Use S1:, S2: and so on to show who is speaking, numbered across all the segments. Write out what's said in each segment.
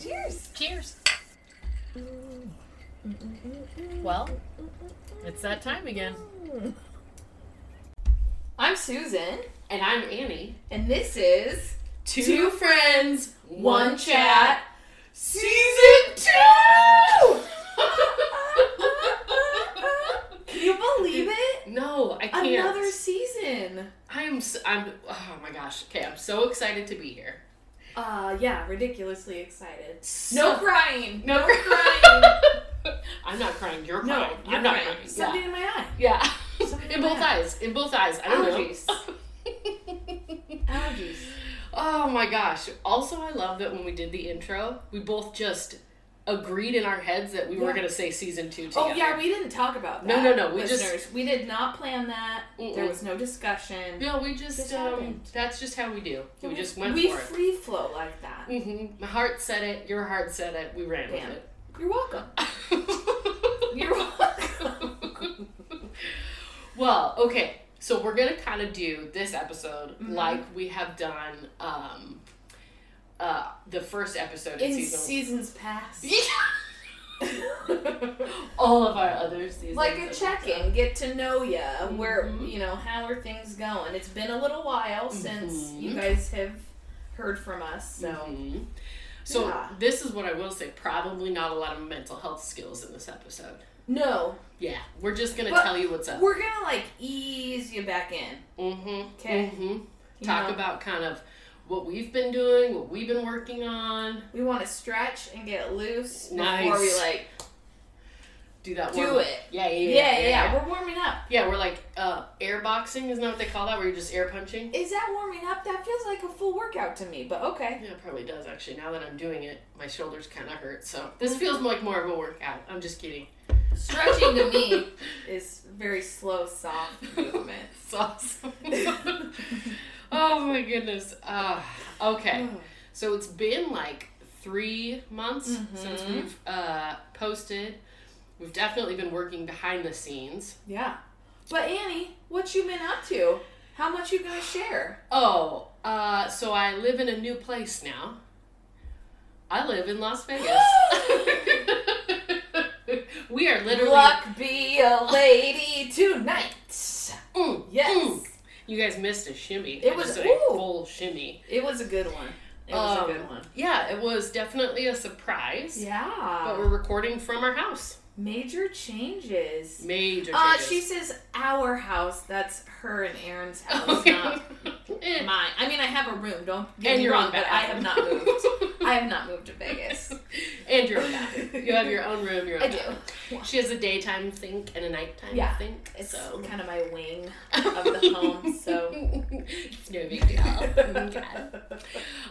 S1: Cheers. Cheers. Well, it's that time again. I'm Susan,
S2: And I'm Annie.
S1: and this is
S2: Two,
S1: friends,
S2: One Chat,
S1: season two. Can you believe it?
S2: No, I can't.
S1: Another season.
S2: I'm. s- I'm. Oh my gosh. Okay, I'm so excited to be here.
S1: Uh, yeah, ridiculously excited.
S2: So-
S1: No crying.
S2: No
S1: crying.
S2: I'm not crying. You're
S1: No,
S2: crying.
S1: you're
S2: I'm not
S1: crying.
S2: crying.
S1: Something in my eye.
S2: Yeah. yeah.
S1: Something
S2: in both
S1: like that.
S2: eyes. In both eyes. I don't know.
S1: Allergies.
S2: Oh my gosh. Also, I love that when we did the intro, we both just agreed in our heads that we were
S1: Yeah.
S2: going to say season two together.
S1: Oh yeah, we didn't talk about that.
S2: No, no, no, we just-
S1: listeners. we did not plan that. There
S2: Mm-mm.
S1: was no discussion.
S2: No, we just,
S1: This
S2: um,
S1: happened.
S2: that's just how we do. We just went
S1: We
S2: for
S1: free flow like that.
S2: it. hmm My heart said it, your heart said it, we ran
S1: Bam.
S2: with it.
S1: You're welcome. You're welcome.
S2: well, okay. So we're gonna kind of do this episode
S1: Mm-hmm.
S2: like we have done um, uh, the first episode
S1: In
S2: of season.
S1: seasons past.
S2: All of our other seasons,
S1: like a
S2: of-
S1: check-in, get to know ya. Where
S2: Mhm.
S1: you know how are things going? It's been a little while since
S2: Mhm.
S1: you guys have heard from us, so
S2: Mhm. So
S1: Yeah.
S2: this is what I will say. Probably not a lot of mental health skills in this episode.
S1: no,
S2: Yeah, we're just gonna
S1: But
S2: tell you what's up.
S1: we're gonna like ease you back in.
S2: Mm-hmm.
S1: 'Kay.
S2: hmm
S1: you
S2: Talk
S1: know?
S2: about kind of what we've been doing, what we've been working on.
S1: We want to stretch and get loose before
S2: Nice.
S1: we like
S2: Do that.
S1: do
S2: warm-
S1: it.
S2: Yeah, yeah,
S1: Yeah,
S2: yeah.
S1: yeah, We're warming up.
S2: Yeah, we're like uh, air boxing. Isn't that what they call that? Where you're just air punching?
S1: Is that warming up? That feels like a full workout to me, but okay.
S2: Yeah, it probably does actually. Now that I'm doing it, my shoulders kind of hurt. So this
S1: Mm-hmm.
S2: feels like more of a workout. I'm just kidding.
S1: Stretching to me is very slow, soft movement.
S2: It's awesome. oh my goodness. Uh, okay, so it's been like three months since
S1: Mhm.
S2: we've uh, posted. We've definitely been working behind the scenes.
S1: Yeah. But Annie, what you been up to? How much you gonna share?
S2: Oh, uh, so I live in a new place now. I live in Las Vegas. we are literally.
S1: Luck be a lady tonight.
S2: Mm,
S1: Yes,
S2: mm. You guys missed a shimmy.
S1: It
S2: I
S1: was-
S2: just did
S1: ooh.
S2: a full shimmy.
S1: it was a good one. It was
S2: Um,
S1: a good one.
S2: Yeah, it was definitely a surprise.
S1: Yeah.
S2: But we're recording from our house.
S1: Major changes.
S2: Major
S1: Uh,
S2: changes.
S1: she says our house. That's her and Aaron's house,
S2: Okay.
S1: not
S2: Eh.
S1: mine. I mean, I have a room. Don't get
S2: And
S1: me
S2: your
S1: wrong,
S2: own
S1: but I have
S2: bathroom.
S1: not moved. I have not moved to Vegas.
S2: and your own bathroom. You have your own room. Your own
S1: I do.
S2: bathroom. She has a daytime sink and a nighttime
S1: Yeah.
S2: sink.
S1: It's
S2: so
S1: kind of my wing of the home. So
S2: It's no big deal. Okay.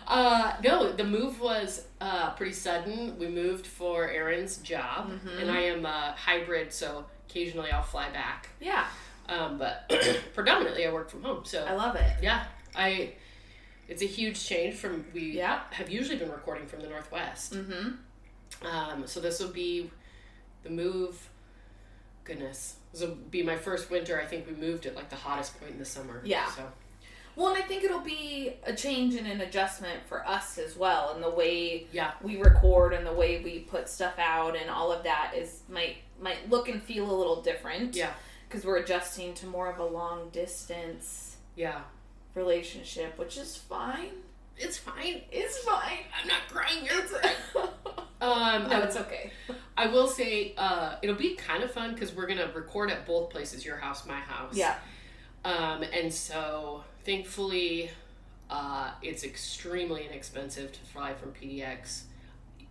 S2: Uh, no, the move was uh, pretty sudden. We moved for Aaron's job,
S1: Mhm.
S2: and I am a hybrid, so occasionally I'll fly back.
S1: yeah,
S2: Um, but predominantly, I work from home. So
S1: I love it.
S2: yeah, I it's a huge change from we
S1: Yeah.
S2: have usually been recording from the Northwest.
S1: Mm-hmm.
S2: Um, so this will be the move. Goodness, this will be my first winter. I think we moved at like the hottest point in the summer.
S1: Yeah.
S2: So
S1: Well, and I think it'll be a change and an adjustment for us as well, and the way
S2: Yeah.
S1: we record and the way we put stuff out and all of that is might might look and feel a little different.
S2: Yeah.
S1: because we're adjusting to more of a long distance
S2: yeah,
S1: relationship, which is fine.
S2: it's fine.
S1: It's fine.
S2: I'm not crying. You're
S1: It's
S2: Um,
S1: no, it's okay.
S2: I will say uh, it'll be kind of fun because we're gonna record at both places, your house, my house.
S1: Yeah,
S2: Um, and so thankfully, uh, it's extremely inexpensive to fly from PDX.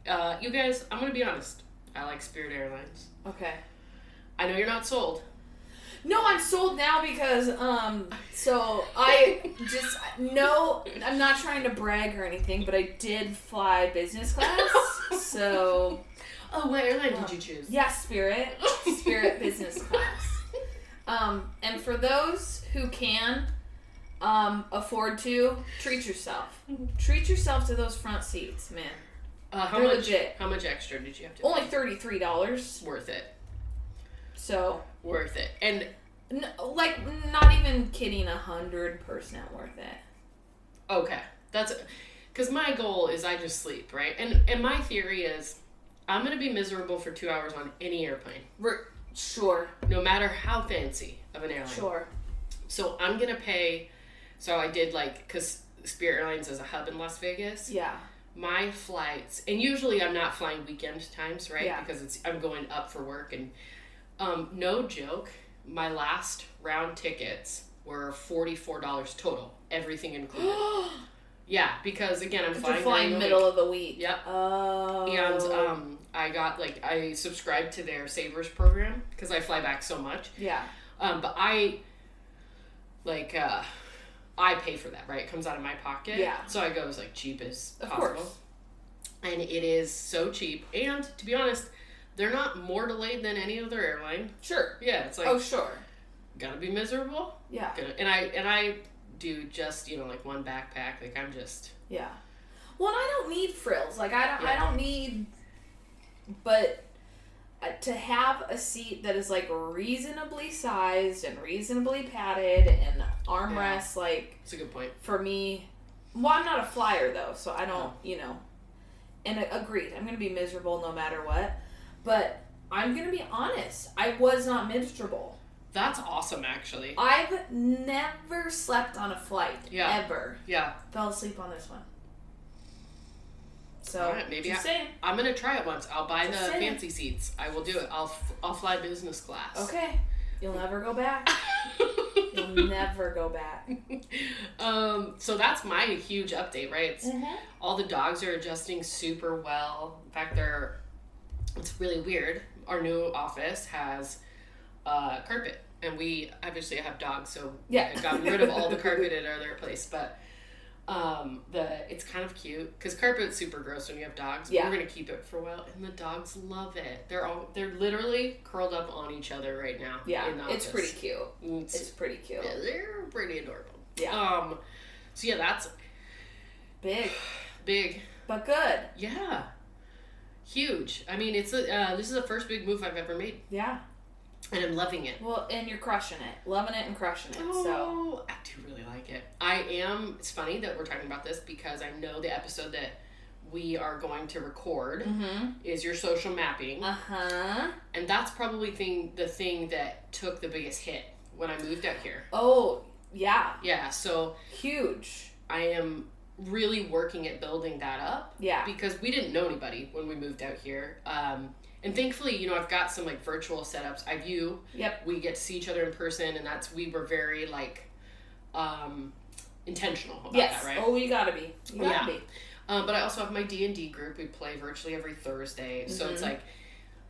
S2: Uh, you guys, I'm gonna be honest. I like Spirit Airlines.
S1: okay.
S2: I know you're not sold.
S1: No, I'm sold now because um so I just no I'm not trying to brag or anything, but I did fly business class. So
S2: Oh, what airline did you choose?
S1: yeah, Spirit. Spirit business class. Um and for those who can, um, afford to, treat yourself. Treat yourself to those front seats, man.
S2: Uh, how
S1: They're
S2: much?
S1: legit.
S2: How much extra did you have to?
S1: Only thirty three dollars.
S2: It's worth it.
S1: So,
S2: Worth it. And
S1: n- like, not even kidding, a hundred percent worth it.
S2: okay, that's because my goal is I just sleep right, and and my theory is I'm gonna be miserable for two hours on any airplane,
S1: We're, sure,
S2: no matter how fancy of an airline.
S1: sure.
S2: So I'm gonna pay. So I did like because Spirit Airlines is a hub in Las Vegas.
S1: Yeah,
S2: My flights, and usually I'm not flying weekend times, right?
S1: Yeah.
S2: Because it's I'm going up for work, and um, no joke, my last round tickets were forty four dollars total, everything included. yeah, because again I'm
S1: you're
S2: flying,
S1: flying
S2: during the
S1: middle
S2: week.
S1: of the week.
S2: Yep.
S1: Oh.
S2: And um, I got like I subscribed to their savers program because I fly back so much.
S1: yeah.
S2: Um, but I like uh I pay for that, right? It comes out of my pocket.
S1: Yeah.
S2: So I go as like cheap as
S1: Of
S2: possible.
S1: course.
S2: And it is so cheap. And to be honest, they're not more delayed than any other airline.
S1: Sure.
S2: Yeah, it's like
S1: oh, sure.
S2: gotta be miserable.
S1: Yeah.
S2: Gonna, and I and I do just, you know, like one backpack. Like I'm just
S1: Yeah. Well, and I don't need frills. Like I don't. I
S2: Yeah.
S1: don't need. But uh, to have a seat that is like reasonably sized and reasonably padded and armrests, like
S2: it's a good point.
S1: for me, well, I'm not a flyer though, so I don't, you know. And I- agreed, I'm gonna be miserable no matter what. But I'm gonna be honest. I was not miserable.
S2: That's awesome actually.
S1: I've never slept on a flight.
S2: Yeah.
S1: Ever
S2: Yeah.
S1: fell asleep on this one. So
S2: All right, maybe
S1: just
S2: I-
S1: saying.
S2: I'm gonna try it once. I'll buy the
S1: Just saying.
S2: fancy seats. I will do it. I'll f- I'll fly business class.
S1: Okay, you'll never go back. You'll never go back.
S2: um, so that's my huge update, right? It's, All the dogs are adjusting super well. In fact, they're it's really weird. Our new office has uh, carpet, and we obviously have dogs, so
S1: Yeah.
S2: I've gotten rid of all the carpet at our other place, but. Um, the it's kind of cute because carpet's super gross when you have dogs. but
S1: Yeah.
S2: We're gonna keep it for a while, and the dogs love it. They're all they're literally curled up on each other right now.
S1: Yeah,
S2: in the
S1: it's pretty
S2: office. Mm,
S1: cute.
S2: It's-
S1: It's pretty cute.
S2: yeah, they're pretty adorable.
S1: Yeah.
S2: Um. So yeah, that's
S1: Big,
S2: big.
S1: but good.
S2: Yeah. Huge. I mean, it's a, uh, this is the first big move I've ever made,
S1: Yeah.
S2: and I'm loving it.
S1: Well, and you're crushing it, loving it and crushing it. So
S2: Oh, I do really like it. I am. It's funny that we're talking about this because I know the episode that we are going to record
S1: Mm-hmm.
S2: is your social mapping,
S1: Uh huh.
S2: and that's probably thing the thing that took the biggest hit when I moved out here.
S1: Oh yeah,
S2: Yeah. So
S1: huge.
S2: I am really working at building that up.
S1: Yeah.
S2: because we didn't know anybody when we moved out here. Um, and thankfully, you know, I've got some like virtual setups. I view.
S1: Yep.
S2: We get to see each other in person, and that's we were very like um, intentional about
S1: Yes.
S2: that, right?
S1: Oh, you gotta be. You gotta be.
S2: Um, but I also have my D and D group. We play virtually every Thursday, so it's
S1: Mhm.
S2: like,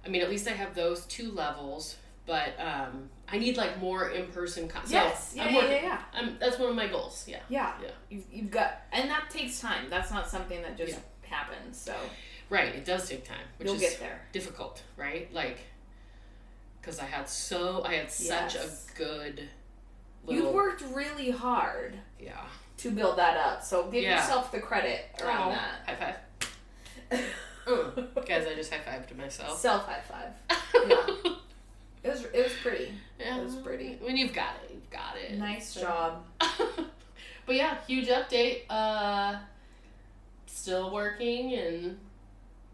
S2: I mean, at least I have those two levels. But um, I need like more in person. Con-
S1: yes.
S2: So
S1: Yeah.
S2: I'm
S1: yeah,
S2: working.
S1: yeah. Yeah.
S2: I'm, that's one of my goals. Yeah.
S1: Yeah.
S2: Yeah.
S1: You've, you've got, and that takes time. That's not something that just happens. So
S2: Right. It does take time, which
S1: you'll
S2: is
S1: get there.
S2: difficult, right? Like, because I had so I had such
S1: Yes.
S2: a good
S1: You've
S2: little
S1: worked really hard
S2: yeah.
S1: to build that up. So give
S2: Yeah.
S1: yourself the credit around
S2: Aw, high five,
S1: that.
S2: guys! I just high fived myself.
S1: Self high five. It was it was pretty.
S2: Yeah.
S1: It was pretty.
S2: When you've got it, you've got it.
S1: Nice
S2: So-
S1: job.
S2: but yeah, huge update. Uh, still working and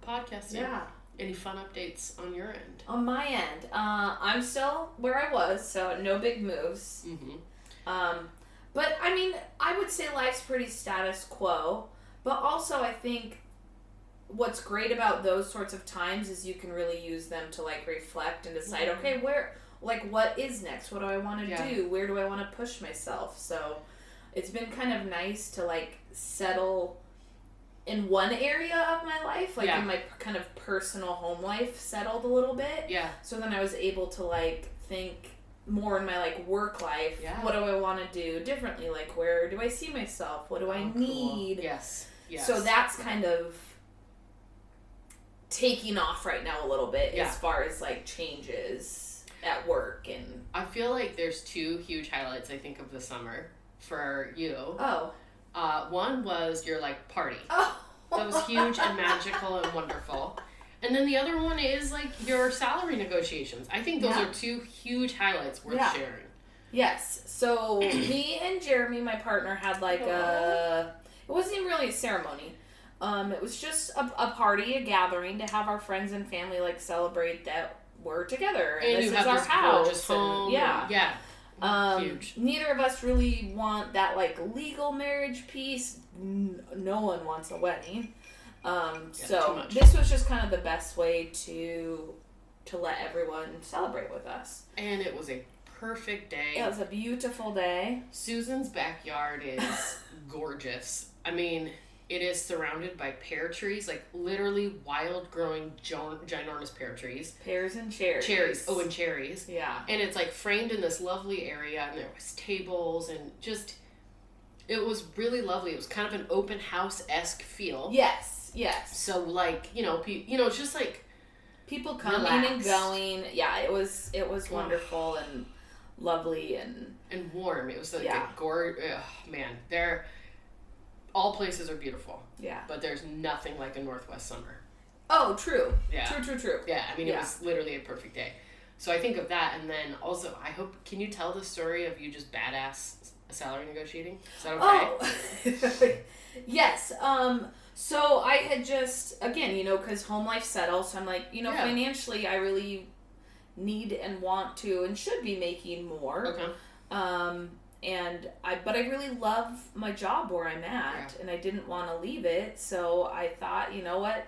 S2: podcasting.
S1: Yeah.
S2: Any fun updates on your end?
S1: On my end, uh, I'm still where I was, so no big moves.
S2: Mm-hmm.
S1: Um, but I mean, I would say life's pretty status quo. But also, I think what's great about those sorts of times is you can really use them to like reflect and decide,
S2: Mhm.
S1: okay, where, like, what is next? What do I want to
S2: Yeah.
S1: do? Where do I want to push myself? So it's been kind of nice to like settle in one area of my life, like
S2: Yeah.
S1: in my p- kind of personal home life, settled a little bit.
S2: Yeah.
S1: So then I was able to like think more in my like work life.
S2: Yeah.
S1: What do I want to do differently? Like where do I see myself? What do I
S2: Oh, cool.
S1: need?
S2: Yes. Yes.
S1: So that's kind of taking off right now a little bit
S2: Yeah.
S1: as far as like changes at work and
S2: I feel like there's two huge highlights I think of the summer for you.
S1: Oh.
S2: Uh, one was your like party.
S1: Oh.
S2: That was huge and magical and wonderful. And then the other one is like your salary negotiations. I think those
S1: Yeah.
S2: are two huge highlights worth
S1: Yeah.
S2: sharing.
S1: Yes. So me and Jeremy, my partner, had like a. It wasn't even really a ceremony. Um, it was just a, a party, a gathering to have our friends and family like celebrate that we're together and,
S2: And
S1: this
S2: you
S1: is
S2: have
S1: our
S2: this
S1: house.
S2: gorgeous home.
S1: and, yeah.
S2: and- yeah.
S1: Um,
S2: Huge.
S1: Neither of us really want that like legal marriage piece. N- no one wants a wedding. Um,
S2: Yeah, too
S1: so
S2: much.
S1: this was just kind of the best way to to let everyone celebrate with us.
S2: And it was a perfect day.
S1: It was a beautiful day.
S2: Susan's backyard is gorgeous. I mean, it is surrounded by pear trees, like literally wild growing gin- ginormous pear trees.
S1: Pears and cherries.
S2: Cherries. Oh, and cherries.
S1: yeah.
S2: And it's like framed in this lovely area and there was tables and just it was really lovely. It was kind of an open house-esque feel.
S1: Yes. Yes.
S2: So like, you know, pe- you know, it's just like
S1: People coming and
S2: Relaxed.
S1: going. Yeah. It was. It was
S2: Oh.
S1: wonderful and lovely and
S2: and warm. It was like
S1: Yeah.
S2: a gore ugh, man. They're all places are beautiful,
S1: yeah.
S2: but there's nothing like a northwest summer.
S1: Oh, true.
S2: Yeah.
S1: True. True. True.
S2: Yeah, I mean,
S1: Yeah.
S2: it was literally a perfect day. So I think of that, and then also, I hope. Can you tell the story of you just badass s- salary negotiating? Is that okay?
S1: Oh, yes. Um, so I had just again, you know, because home life settles. So I'm like, you know,
S2: Yeah.
S1: financially, I really need and want to and should be making more.
S2: Okay.
S1: Um, and I, but I really love my job where I'm at, and I didn't want to leave it. So I thought, you know what?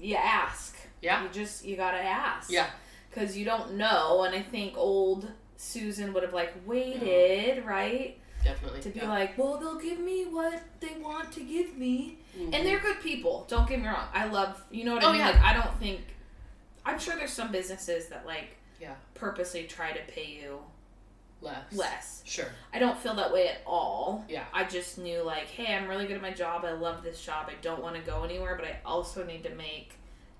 S1: You ask.
S2: Yeah.
S1: You just you gotta ask.
S2: Yeah.
S1: Because you don't know, and I think old Susan would have like waited, right?
S2: Definitely.
S1: to be
S2: Mm. yeah.
S1: like, well, they'll give me what they want to give me,
S2: Mhm.
S1: and they're good people. Don't get me wrong. I love, you know what I
S2: Oh,
S1: mean.
S2: yeah.
S1: Like, I don't think, I'm sure there's some businesses that like,
S2: Yeah.
S1: purposely try to pay you
S2: less.
S1: less.
S2: Sure.
S1: I don't feel that way at all.
S2: Yeah.
S1: I just knew like, hey, I'm really good at my job. I love this job. I don't want to go anywhere, but I also need to make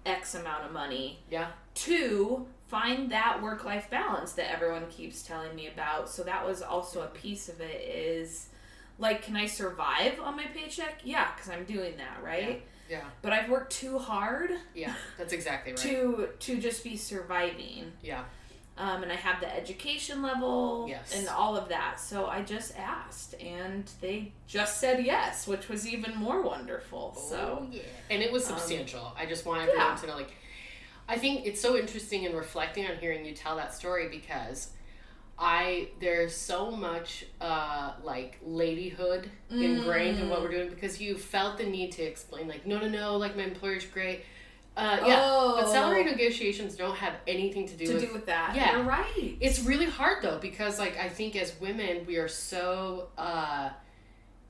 S1: X amount of money.
S2: Yeah.
S1: To find that work life balance that everyone keeps telling me about. So that was also a piece of it is like can I survive on my paycheck? Yeah, cuz I'm doing that, right?
S2: Yeah.
S1: But I've worked too hard
S2: Yeah. That's exactly right.
S1: to to just be surviving.
S2: Yeah.
S1: Um, and I have the education level
S2: Yes.
S1: and all of that. So I just asked, and they just said yes, which was even more wonderful.
S2: Oh,
S1: So
S2: yeah. And it was
S1: Um,
S2: substantial. I just want everyone
S1: yeah.
S2: to know, like, I think it's so interesting and reflecting on hearing you tell that story because I there's so much uh, like ladyhood ingrained in what
S1: Mm.
S2: we're doing because you felt the need to explain, like, no, no, no, like my employer's great. Uh, yeah,
S1: Oh.
S2: but salary negotiations don't have anything to do
S1: to
S2: with
S1: do with that,
S2: yeah.
S1: you're right.
S2: it's really hard though because like I think as women we are so uh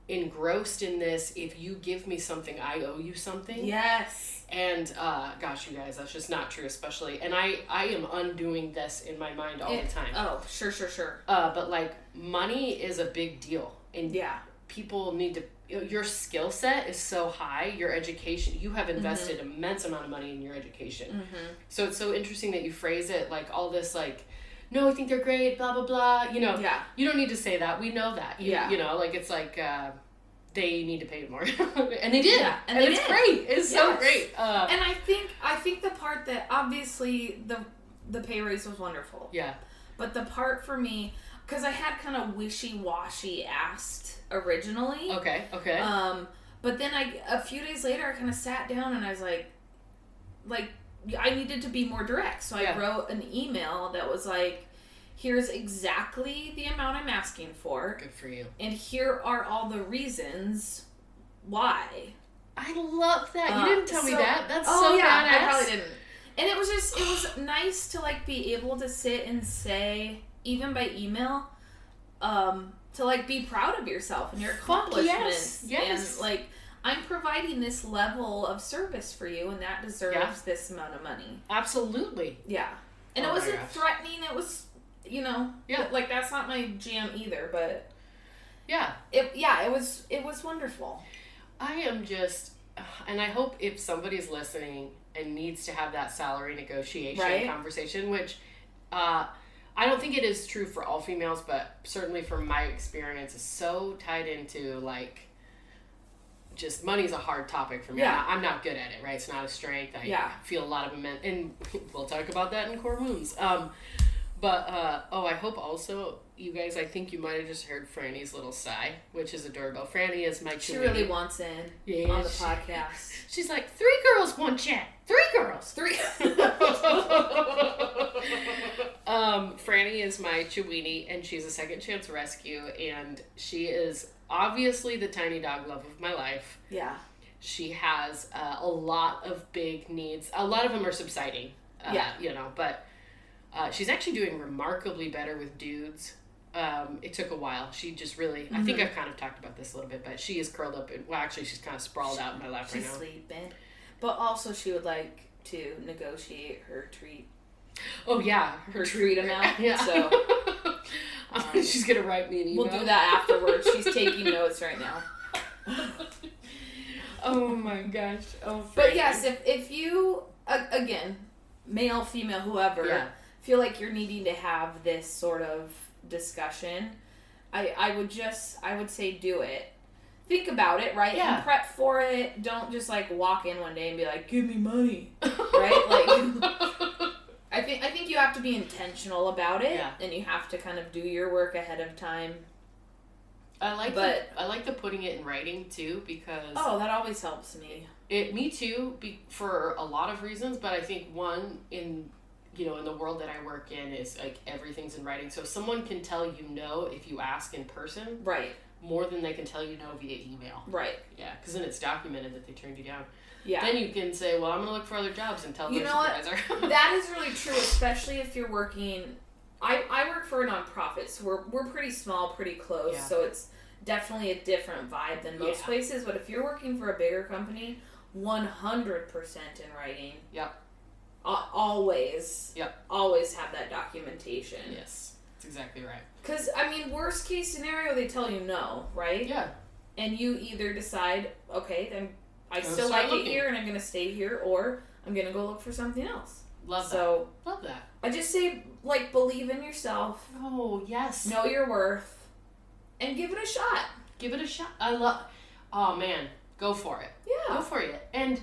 S2: engrossed in this if you give me something I owe you something.
S1: yes,
S2: And uh gosh you guys that's just not true especially and I I am undoing this in my mind all
S1: It-
S2: the time.
S1: Oh, sure, sure, sure.
S2: Uh but like money is a big deal and
S1: Yeah,
S2: people need to you know, your skill set is so high, your education you have
S1: Mm-hmm.
S2: invested immense amount of money in your education. So it's so interesting that you phrase it like all this like no, I think they're great, blah blah blah, you know.
S1: yeah,
S2: You don't need to say that. We know that. You,
S1: Yeah.
S2: You know, like it's like uh, they need to pay more, and they did.
S1: Yeah, and
S2: and
S1: they
S2: it's
S1: did.
S2: great. It's so
S1: Yes.
S2: great. Uh,
S1: and I think I think the part that obviously the the pay raise was wonderful,
S2: yeah.
S1: but the part for me because I had kind of wishy washy asked originally,
S2: Okay. Okay.
S1: Um, but then I a few days later I kind of sat down and I was like, like I needed to be more direct, so I
S2: Yeah.
S1: wrote an email that was like, here's exactly the amount I'm asking for,
S2: Good for you.
S1: and here are all the reasons why.
S2: I love that.
S1: Uh,
S2: you didn't tell me
S1: so-
S2: that. That's
S1: oh
S2: so
S1: yeah,
S2: badass.
S1: I probably didn't. And it was just it was nice to like be able to sit and say even by email, um, to like be proud of yourself and your
S2: Fuck yes,
S1: accomplishments.
S2: yes.
S1: And like I'm providing this level of service for you and that deserves
S2: Yeah.
S1: this amount of money.
S2: Absolutely.
S1: Yeah. And
S2: Oh
S1: it
S2: my
S1: wasn't
S2: gosh.
S1: threatening, it was you know
S2: Yeah.
S1: like that's not my jam either, but
S2: Yeah.
S1: it yeah, it was it was wonderful.
S2: I am just, and I hope if somebody's listening and needs to have that salary negotiation
S1: Right.
S2: conversation, which uh, I don't think it is true for all females, but certainly from my experience, is so tied into like just money's a hard topic for me.
S1: Yeah.
S2: I'm not good at it, right? It's not a strength. I
S1: Yeah.
S2: feel a lot of immense, and we'll talk about that in core wounds. Um, but uh, oh, I hope also you guys. I think you might have just heard Franny's little sigh, which is adorable. Franny is my
S1: She
S2: Chiweenie.
S1: really wants in
S2: Yeah,
S1: on the
S2: she-
S1: podcast.
S2: She's like three girls, one chat. Three girls.
S1: Three.
S2: um, Franny is my Chiweenie, and she's a second chance rescue, and she is obviously the tiny dog love of my life.
S1: yeah.
S2: She has uh, a lot of big needs. A lot of them are subsiding, uh,
S1: Yeah.
S2: you know, but uh, she's actually doing remarkably better with dudes. Um, it took a while. She just really, I think
S1: Mm-hmm.
S2: I've kind of talked about this a little bit, but she is curled up. In, well, actually, she's kind of sprawled out in my lap right
S1: She's
S2: now.
S1: sleeping. But also, she would like to negotiate her treat
S2: Oh yeah,
S1: her treat amount.
S2: Yeah.
S1: So
S2: Um, she's gonna write me an email.
S1: we'll do that afterwards. She's taking notes right now.
S2: oh my gosh. Oh.
S1: But
S2: Frankie.
S1: yes, if if you a- again, male, female, whoever,
S2: Yeah.
S1: feel like you're needing to have this sort of discussion, I I would just I would say do it. Think about it, right?
S2: Yeah.
S1: And prep for it. Don't just like walk in one day and be like, "Give me money." Right?
S2: Like.
S1: I think I think you have to be intentional about it,
S2: Yeah.
S1: and you have to kind of do your work ahead of time.
S2: I like
S1: But-
S2: the I like the putting it in writing too because
S1: Oh, that always helps me.
S2: it me too be, for a lot of reasons but I think one in you know in the world that I work in is like everything's in writing so someone can tell you no if you ask in person
S1: Right,
S2: more than they can tell you no via email
S1: right,
S2: yeah because then it's documented that they turned you down
S1: yeah.
S2: Then you can say, "Well, I'm gonna look for other jobs and tell
S1: You
S2: their
S1: know what?
S2: supervisor."
S1: that is really true, especially if you're working. I, I work for a nonprofit, so we're, we're pretty small, pretty close,
S2: Yeah.
S1: so it's definitely a different vibe than most
S2: Yeah.
S1: places. But if you're working for a bigger company, 100% in writing.
S2: Yep.
S1: Al- Always,
S2: Yep.
S1: always have that documentation.
S2: yes, that's exactly right.
S1: Because, I mean, worst case scenario, they tell you no, right?
S2: Yeah,
S1: and you either decide, okay, then I
S2: I'm gonna
S1: still
S2: start
S1: like it
S2: looking.
S1: here and I'm gonna stay here, or I'm gonna go look for something else.
S2: love
S1: so
S2: that. Love that.
S1: I just say, like, believe in yourself,
S2: Oh yes.
S1: know your worth, and give it a shot.
S2: Give it a shot. I love. Oh man, go for it. Go
S1: Yeah,
S2: for it. And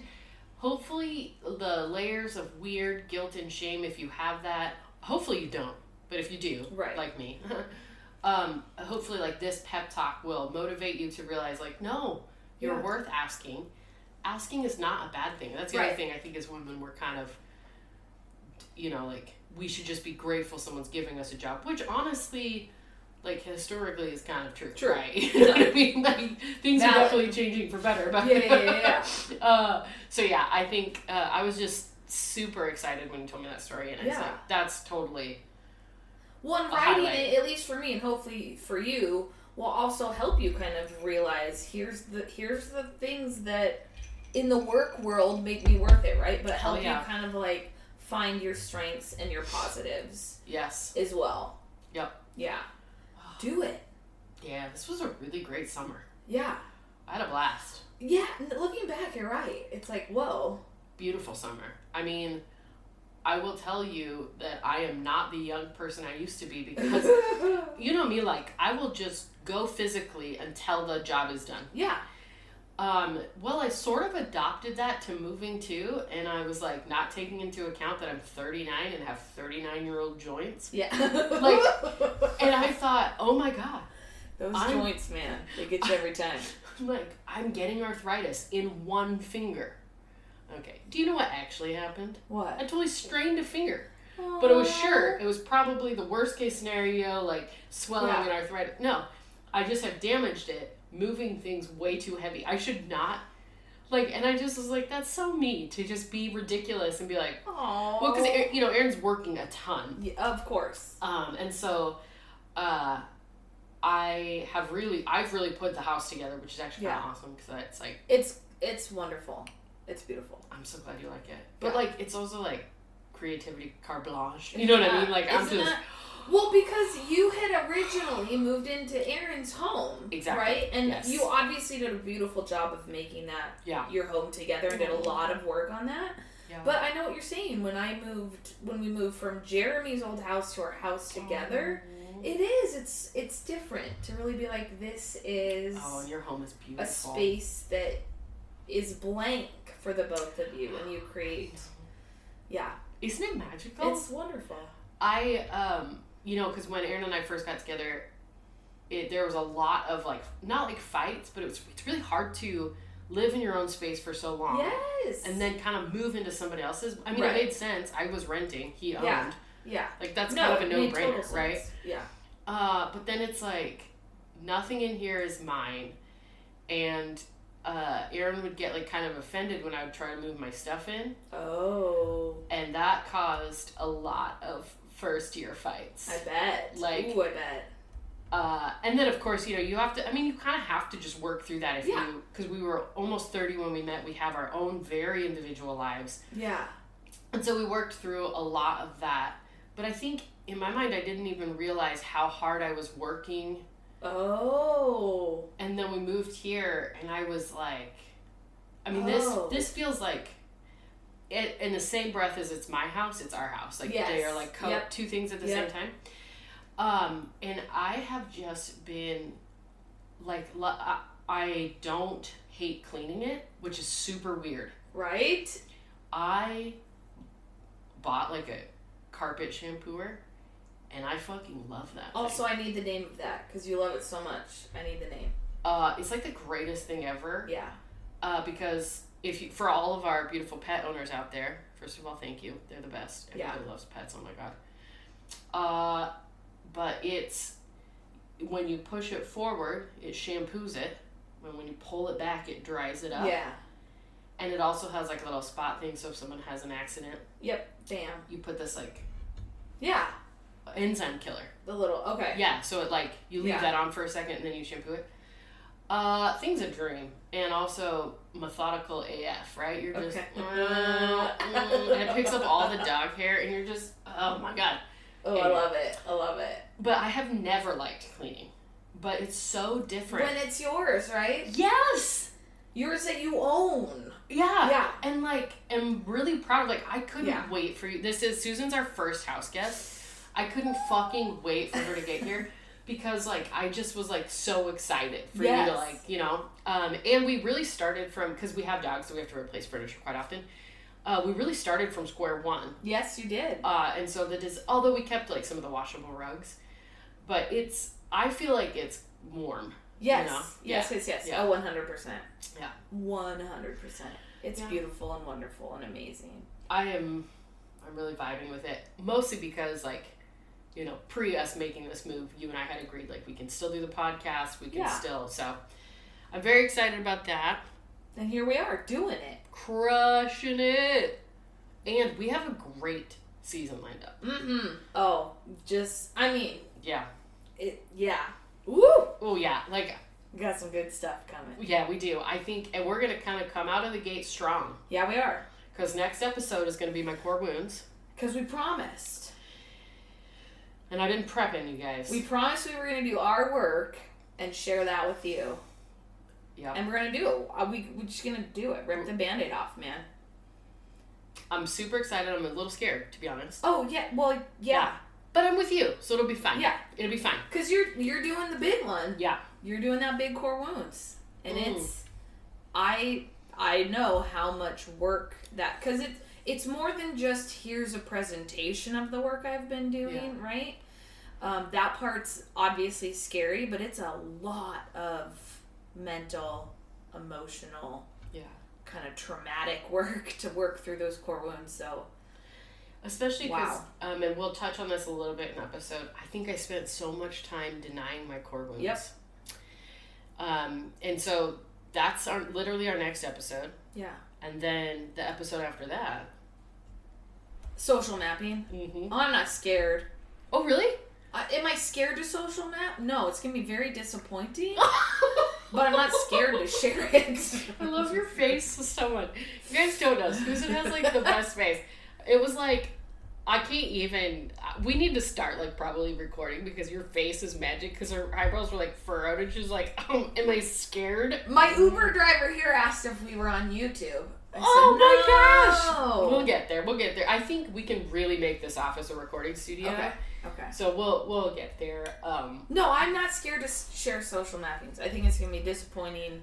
S2: hopefully, the layers of weird guilt and shame, if you have that, hopefully you don't. But if you do,
S1: Right.
S2: like me, um, hopefully, like this pep talk will motivate you to realize, like, no, you're
S1: Yeah.
S2: worth asking. Asking is not a bad thing. That's the
S1: Right.
S2: other thing I think as women we're kind of, you know, like we should just be grateful someone's giving us a job, which honestly. Like historically is kind of true,
S1: True.
S2: right? You know what I mean? Like things
S1: Now-
S2: are definitely changing for better. But
S1: yeah, yeah, yeah. yeah.
S2: uh, so yeah, I think uh, I was just super excited when you told me that story, and it's
S1: Yeah.
S2: like that's totally
S1: Well, and
S2: A
S1: writing
S2: highlight.
S1: it, at least for me, and hopefully for you, will also help you kind of realize here's the here's the things that in the work world make me worth it, right? But help
S2: Oh, yeah.
S1: you kind of like find your strengths and your positives
S2: yes.
S1: as well.
S2: Yep.
S1: Yeah. Do it.
S2: Yeah, this was a really great summer.
S1: Yeah.
S2: I had a blast.
S1: Yeah. n- Looking back, you're right. It's like whoa.
S2: Beautiful summer. I mean, I will tell you that I am not the young person I used to be because you know me. Like I will just go physically until the job is done.
S1: yeah.
S2: Um, well, I sort of adopted that to moving too, and I was like not taking into account that I'm 39 and have 39 year old joints.
S1: Yeah.
S2: Like- And I thought, oh my god,
S1: those
S2: I'm-
S1: joints, man, they get you every time.
S2: I'm like I'm getting arthritis in one finger. Okay, do you know what actually happened? I
S1: What?
S2: totally strained a finger, but it was sure
S1: sure.
S2: it was probably the worst case scenario, like swelling
S1: Yeah.
S2: and arthritis. No, I just have damaged it, moving things way too heavy. I should not. Like, and I just was like, that's so me to just be ridiculous and be like,
S1: Aww.
S2: well, because you know, Aaron's working a ton.
S1: Yeah, of course.
S2: Um, and so uh, I have really, I've really put the house together, which is actually kind
S1: Yeah.
S2: of awesome because it's like,
S1: It's it's wonderful. It's beautiful.
S2: I'm so glad you like it. But
S1: Yeah.
S2: like, it's also like creativity carte blanche. You know what I mean? Like, I'm
S1: Isn't
S2: just,
S1: that- well, because you had originally moved into Aaron's home,
S2: Exactly.
S1: right? And
S2: Yes.
S1: you obviously did a beautiful job of making that
S2: yeah. Mm-hmm.
S1: your home together and did a lot of work on that.
S2: Yeah.
S1: But I know what you're saying. When I moved, when we moved from Jeremy's old house to our house together,
S2: Oh.
S1: it is. It's it's different to really be like this is
S2: Oh, and your home is beautiful.
S1: a space that is blank for the both of you, and you create. Yeah,
S2: Isn't it magical?
S1: it's wonderful.
S2: I um you know because when Aaron and I first got together, it there was a lot of like not like fights, but it was it's really hard to live in your own space for so long.
S1: Yes.
S2: And then kind of move into somebody else's. I mean,
S1: Right.
S2: it made sense. I was renting. He owned.
S1: Yeah. yeah,
S2: Like that's
S1: no,
S2: kind of a
S1: it made total
S2: no-brainer,
S1: sense.
S2: right?
S1: Yeah.
S2: Uh, but then it's like nothing in here is mine, and uh, Aaron would get like kind of offended when I would try to move my stuff in,
S1: Oh,
S2: and that caused a lot of first year fights.
S1: I bet.
S2: Like-
S1: ooh, I bet.
S2: Uh, and then of course you know you have to. I mean you kind of have to just work through that if
S1: Yeah.
S2: you because we were almost thirty when we met. We have our own very individual lives,
S1: Yeah.
S2: and so we worked through a lot of that. But I think in my mind I didn't even realize how hard I was working
S1: Oh.
S2: and then we moved here and i was like i mean this
S1: Oh.
S2: this feels like it, in the same breath as it's my house it's our house like they
S1: Yes.
S2: are like co-
S1: Yep.
S2: two things at the
S1: Yep.
S2: same time um and i have just been like lo- I, I don't hate cleaning it which is super weird
S1: Right.
S2: i bought like a carpet shampooer and i fucking love that thing.
S1: Also, I need the name of that because you love it so much. I need the name.
S2: uh it's like the greatest thing ever
S1: Yeah.
S2: uh, because if you, for all of our beautiful pet owners out there, first of all, thank you. They're the best.
S1: Yeah.
S2: Everybody loves pets. Oh my god. Uh, but it's when you push it forward, it shampoos it. When when you pull it back, it dries it up.
S1: Yeah.
S2: And it also has like a little spot thing. So if someone has an accident,
S1: Yep. Damn.
S2: you put this like
S1: Yeah.
S2: enzyme killer.
S1: The little. Okay.
S2: Yeah. So it like you leave
S1: Yeah.
S2: that on for a second and then you shampoo it. Uh, things a dream and also methodical AF, right? You're just
S1: Okay.
S2: "Mm, mm," and it picks up all the dog hair and you're just oh my god.
S1: Oh, I love it. I love it.
S2: But I have never liked cleaning, but it's so different.
S1: When it's yours, right?
S2: yes,
S1: Yours that you own.
S2: yeah.
S1: Yeah.
S2: And like, I'm really proud. Like, I couldn't
S1: Yeah.
S2: wait for you. This is Susan's our first house guest. I couldn't fucking wait for her to get here because like I just was like so excited for you
S1: Yes.
S2: to like you know. Um, and we really started from because we have dogs, so we have to replace furniture quite often. Uh, we really started from square one,
S1: Yes, you did.
S2: uh, and so that is although we kept like some of the washable rugs, but it's I feel like it's warm.
S1: Yes.
S2: know?
S1: Yes, yes, yes.
S2: Yeah.
S1: Oh, 100%.
S2: Yeah.
S1: 100%. It's
S2: Yeah.
S1: beautiful and wonderful and amazing.
S2: I am I'm really vibing with it. Mostly because like, you know, pre us making this move, you and I had agreed like we can still do the podcast, we can
S1: Yeah.
S2: still so I'm very excited about that.
S1: And here we are doing it.
S2: Crushing it. And we have a great season lined up.
S1: Mm-mm. Oh, just, I mean,
S2: Yeah.
S1: it, yeah. Woo!
S2: Oh yeah. Like
S1: Got some good stuff coming.
S2: yeah, we do. I think and we're gonna kinda come out of the gate strong.
S1: Yeah, we are.
S2: Cause next episode is gonna be my core wounds.
S1: Because we promised.
S2: And I've been prepping you guys.
S1: We promised we were going to do our work and share that with you.
S2: yeah.
S1: And we're going to do it. Uh, We, we're just going to do it. Rip the band aid off, man.
S2: I'm super excited. I'm a little scared, to be honest.
S1: Oh, yeah. Well, yeah.
S2: But I'm with you, so it'll be fine.
S1: Yeah.
S2: It'll be fine.
S1: Because you're, you're doing the big one.
S2: Yeah.
S1: you're doing that big core wounds and
S2: Mm.
S1: it's i i know how much work that because it's it's more than just here's a presentation of the work i've been doing right um, that part's obviously scary but it's a lot of mental emotional
S2: Yeah.
S1: kind of traumatic work to work through those core wounds so
S2: Especially because,
S1: Wow.
S2: um, and we'll touch on this a little bit in episode. I think I spent so much time denying my core wounds.
S1: Yep.
S2: Um, and so that's our literally our next episode,
S1: yeah
S2: and then the episode after that.
S1: social mapping
S2: Mm-hmm.
S1: i'm not scared
S2: Oh, really?
S1: I, am i scared to social map no it's gonna be very disappointing but I'm not scared to share it.
S2: I love your face so much. You guys don't know. Susan has like the best face. It was like I can't even. We need to start like probably recording because your face is magic because her eyebrows were like furrowed and she's like, um, "Am I scared?"
S1: My Uber driver here asked if we were on YouTube. I said,
S2: oh my
S1: "No."
S2: gosh! We'll get there. We'll get there. I think we can really make this office a recording studio.
S1: Okay. Okay.
S2: So we'll we'll get there. Um,
S1: No, I'm not scared to s- share social mappings. I think it's gonna be disappointing,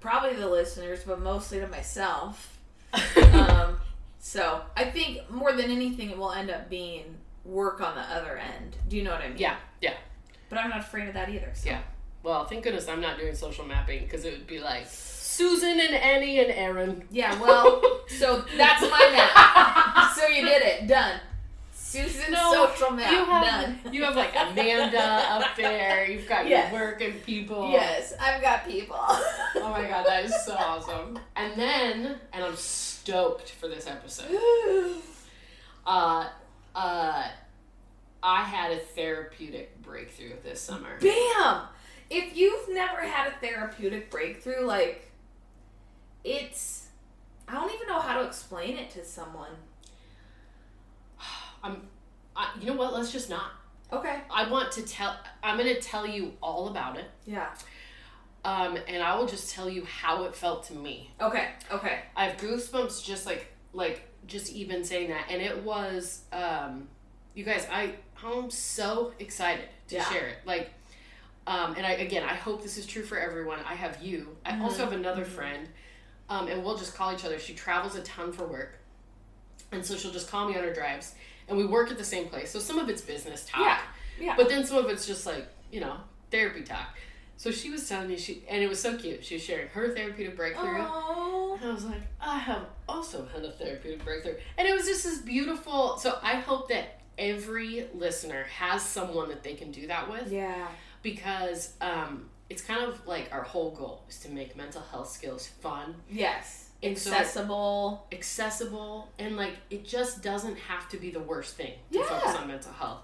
S1: probably to the listeners, but mostly to myself.
S2: uh,
S1: Um, so I think more than anything, it will end up being work on the other end. Do you know what I mean?
S2: yeah, yeah.
S1: But I'm not afraid of that either. So.
S2: Yeah. Well, thank goodness I'm not doing social mapping because it would be like Susan and Annie and Aaron.
S1: Yeah, well, so that's my map. so you did it. Done. Susan's
S2: No,
S1: social map.
S2: you have
S1: done.
S2: you have like Amanda up there. You've got
S1: Yes.
S2: your work and people.
S1: Yes, I've got people.
S2: Oh my god, that is so awesome. And then, and I'm stoked for this episode. Uh, uh, I had a therapeutic breakthrough this summer.
S1: Bam! If you've never had a therapeutic breakthrough, like, it's. I don't even know how to explain it to someone.
S2: I'm, I, you know what? Let's just not.
S1: Okay.
S2: I want to tell. I'm gonna tell you all about it.
S1: Yeah.
S2: Um, and I will just tell you how it felt to me.
S1: Okay. Okay.
S2: I have goosebumps just like like just even saying that. And it was um you guys, I I'm so excited to
S1: Yeah.
S2: share it. Like um and I again I hope this is true for everyone. I have you. I
S1: Mm-hmm.
S2: also have another friend. Um and we'll just call each other. She travels a ton for work. And so she'll just call me on her drives and we work at the same place. So some of it's business talk.
S1: Yeah. Yeah.
S2: But then some of it's just like, you know, therapy talk. So she was telling me she and it was so cute. She was sharing her therapeutic breakthrough.
S1: Oh.
S2: And I was like, I have also had a therapeutic breakthrough. And it was just this beautiful. So I hope that every listener has someone that they can do that with
S1: Yeah.
S2: because um, it's kind of like our whole goal is to make mental health skills fun,
S1: Yes.
S2: And so-
S1: Accessible.
S2: accessible, and like it just doesn't have to be the worst thing to
S1: Yeah.
S2: focus on mental health.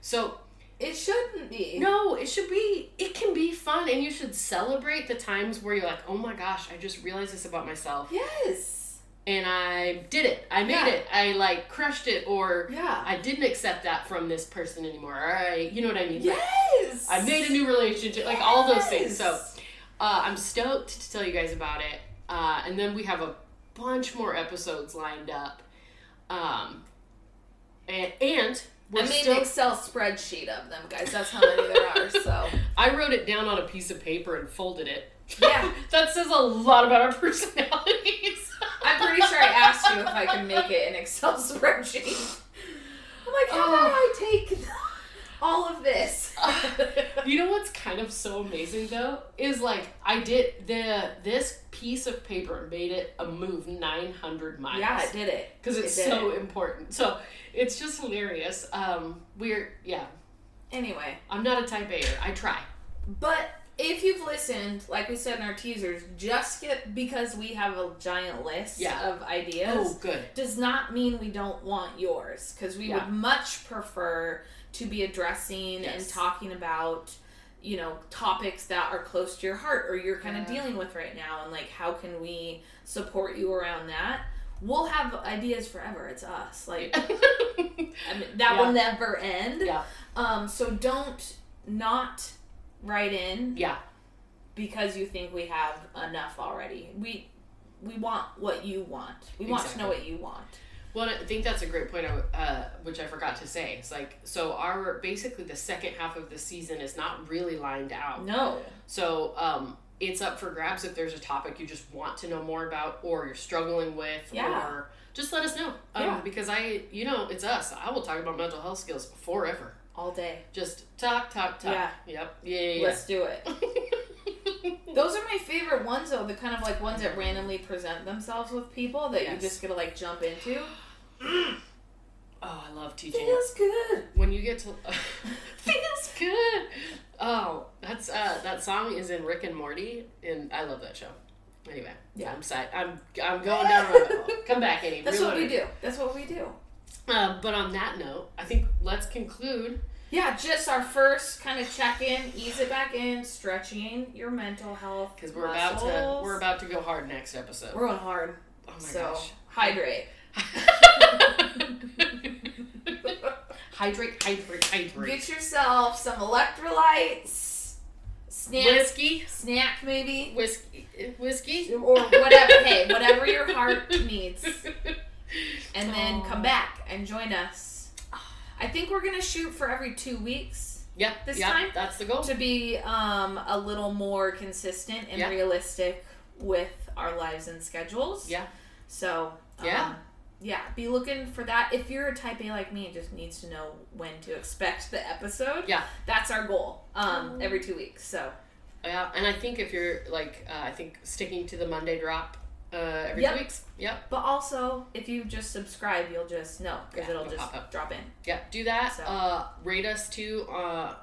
S2: So,
S1: It shouldn't be.
S2: no, it should be, it can be fun, and you should celebrate the times where you're like, oh my gosh, I just realized this about myself.
S1: Yes.
S2: and I did it. I made
S1: Yeah.
S2: it. I like crushed it, or
S1: Yeah.
S2: I didn't accept that from this person anymore. Or I, you know what I mean? Like,
S1: Yes.
S2: I made a new relationship, like all those things. So
S1: Yes.
S2: uh, I'm stoked to tell you guys about it. Uh, and then we have a bunch more episodes lined up. Um, and, and we're
S1: I made
S2: still,
S1: an Excel spreadsheet of them, guys. That's how many there are. So
S2: I wrote it down on a piece of paper and folded it.
S1: Yeah.
S2: that says a lot about our personalities.
S1: I'm pretty sure I asked you if I could make it an Excel spreadsheet. I'm like, how do I take all of this?
S2: You know what's kind of so amazing though is like I did the this piece of paper made it a move 900 miles.
S1: yeah, it did it.
S2: because it's
S1: it did
S2: so important. So it's just hilarious. Um, we're yeah.
S1: Anyway,
S2: I'm not a type A. I try.
S1: but if you've listened, like we said in our teasers, just get because we have a giant list
S2: Yeah.
S1: of ideas.
S2: Oh, good.
S1: does not mean we don't want yours because we
S2: Yeah.
S1: would much prefer to be addressing and
S2: Yes.
S1: talking about you know topics that are close to your heart or you're kind of
S2: Yeah.
S1: dealing with right now and like how can we support you around that we'll have ideas forever it's us like I mean, that
S2: Yeah.
S1: will never end
S2: Yeah.
S1: um so don't not write in
S2: yeah.
S1: because you think we have enough already we we want what you want we want to know
S2: Exactly.
S1: what you want
S2: Well, I think that's a great point, uh, which I forgot to say. It's like so our basically the second half of the season is not really lined out.
S1: no
S2: So um, it's up for grabs if there's a topic you just want to know more about or you're struggling with
S1: Yeah.
S2: or just let us know. Um,
S1: Yeah.
S2: Because I, you know, it's us. I will talk about mental health skills forever.
S1: all day.
S2: Just talk, talk, talk.
S1: Yeah.
S2: Yep. Yeah, yeah,
S1: Let's do it.
S2: yeah.
S1: Those are my favorite ones, though. The kind of like ones that randomly present themselves with people that you
S2: Yes.
S1: just gotta like jump into.
S2: oh, I love teaching.
S1: Feels good.
S2: When you get to... Feels good. Oh, that's uh, that song is in Rick and Morty, and I love that show. Anyway,
S1: Yeah.
S2: I'm side. I'm I'm going down a rabbit hole. Come back, Annie.
S1: That's what we
S2: Reloaded.
S1: do. That's what we do.
S2: Uh, but on that note, I think let's conclude.
S1: Yeah, just our first kind of check in, ease it back in, stretching your mental health
S2: Because we're about
S1: muscles.
S2: to we're about to go hard next episode.
S1: we're going hard.
S2: oh my
S1: so
S2: gosh.
S1: hydrate.
S2: hydrate, hydrate, hydrate.
S1: Get yourself some electrolytes, snacks,
S2: Whiskey,
S1: snack maybe,
S2: whiskey, whiskey.
S1: or whatever. hey, whatever your heart needs, and then
S2: Aw.
S1: come back and join us. I think we're gonna shoot for every two weeks
S2: Yeah,
S1: This
S2: yeah,
S1: time?
S2: That's the goal.
S1: to be um, a little more consistent and
S2: Yeah.
S1: realistic with our lives and schedules.
S2: Yeah.
S1: So. um,
S2: Yeah.
S1: yeah, be looking for that. If you're a type A like me and just needs to know when to expect the episode,
S2: Yeah.
S1: that's our goal. Um,
S2: Oh.
S1: every two weeks. So
S2: Yeah, and I think if you're like, uh, I think sticking to the Monday drop uh, every
S1: Yep.
S2: two weeks. Yep.
S1: But also, if you just subscribe, you'll just know because
S2: Yeah,
S1: it'll
S2: it'll
S1: just
S2: pop up.
S1: drop in.
S2: Yeah, do that.
S1: So-
S2: Uh, rate us too. Uh,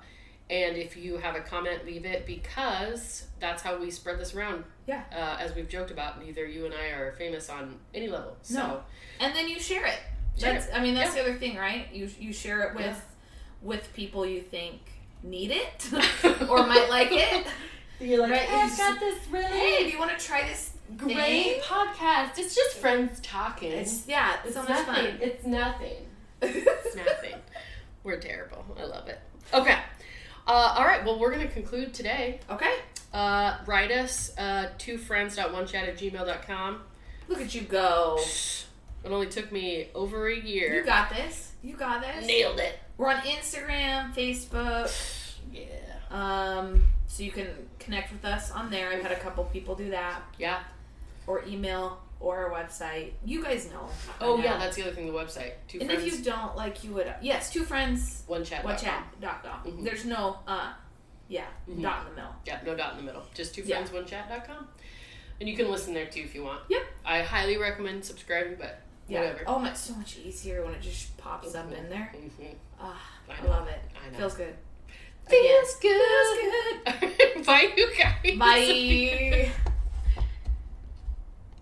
S2: and if you have a comment, leave it because that's how we spread this around.
S1: Yeah.
S2: Uh, as we've joked about, neither you and I are famous on any level. So
S1: No. And then you share it.
S2: Share
S1: that's I mean that's the other thing, right? You you share it with
S2: Yeah.
S1: with people you think need it or might like it.
S2: You're like,
S1: Right,
S2: "Hey, I've
S1: it's-
S2: got this really
S1: Hey, do you want to try this?
S2: great
S1: thing.
S2: podcast. It's just friends talking.
S1: It's yeah, it's, so much
S2: nothing.
S1: fun.
S2: It's nothing. It's nothing. We're terrible. I love it. Okay. Uh, all right. Well, we're going to conclude today.
S1: okay,
S2: Uh, write us uh, two friends.onechat at gmail.com.
S1: look at you go.
S2: It only took me over a
S1: You
S2: year.
S1: got this. You got this.
S2: Nailed it.
S1: We're on Instagram, Facebook.
S2: Yeah.
S1: Um, so you can connect with us on there. I've had a couple people do that.
S2: Yeah.
S1: or email or our website. You guys know.
S2: Oh,
S1: I know.
S2: yeah. That's the other thing the website. Two
S1: and
S2: friends,
S1: if you don't like, you would yes, two friends.
S2: one chat.
S1: What
S2: dot
S1: chat?
S2: com.
S1: Dot dot.
S2: Mhm.
S1: There's no uh, yeah,
S2: Mhm.
S1: dot in the middle.
S2: Yeah, no dot in the middle. Just two
S1: Yeah.
S2: friends, one chat. dot com. And you can listen there too if you want.
S1: Yep.
S2: I highly recommend subscribing, but
S1: Yeah.
S2: whatever.
S1: Oh, my, it's so much easier when it just pops up in there.
S2: Mhm.
S1: Ah,
S2: I
S1: I
S2: know.
S1: love it.
S2: I know.
S1: Feels good.
S2: Feels
S1: Feels good.
S2: good. Bye, you guys.
S1: Bye.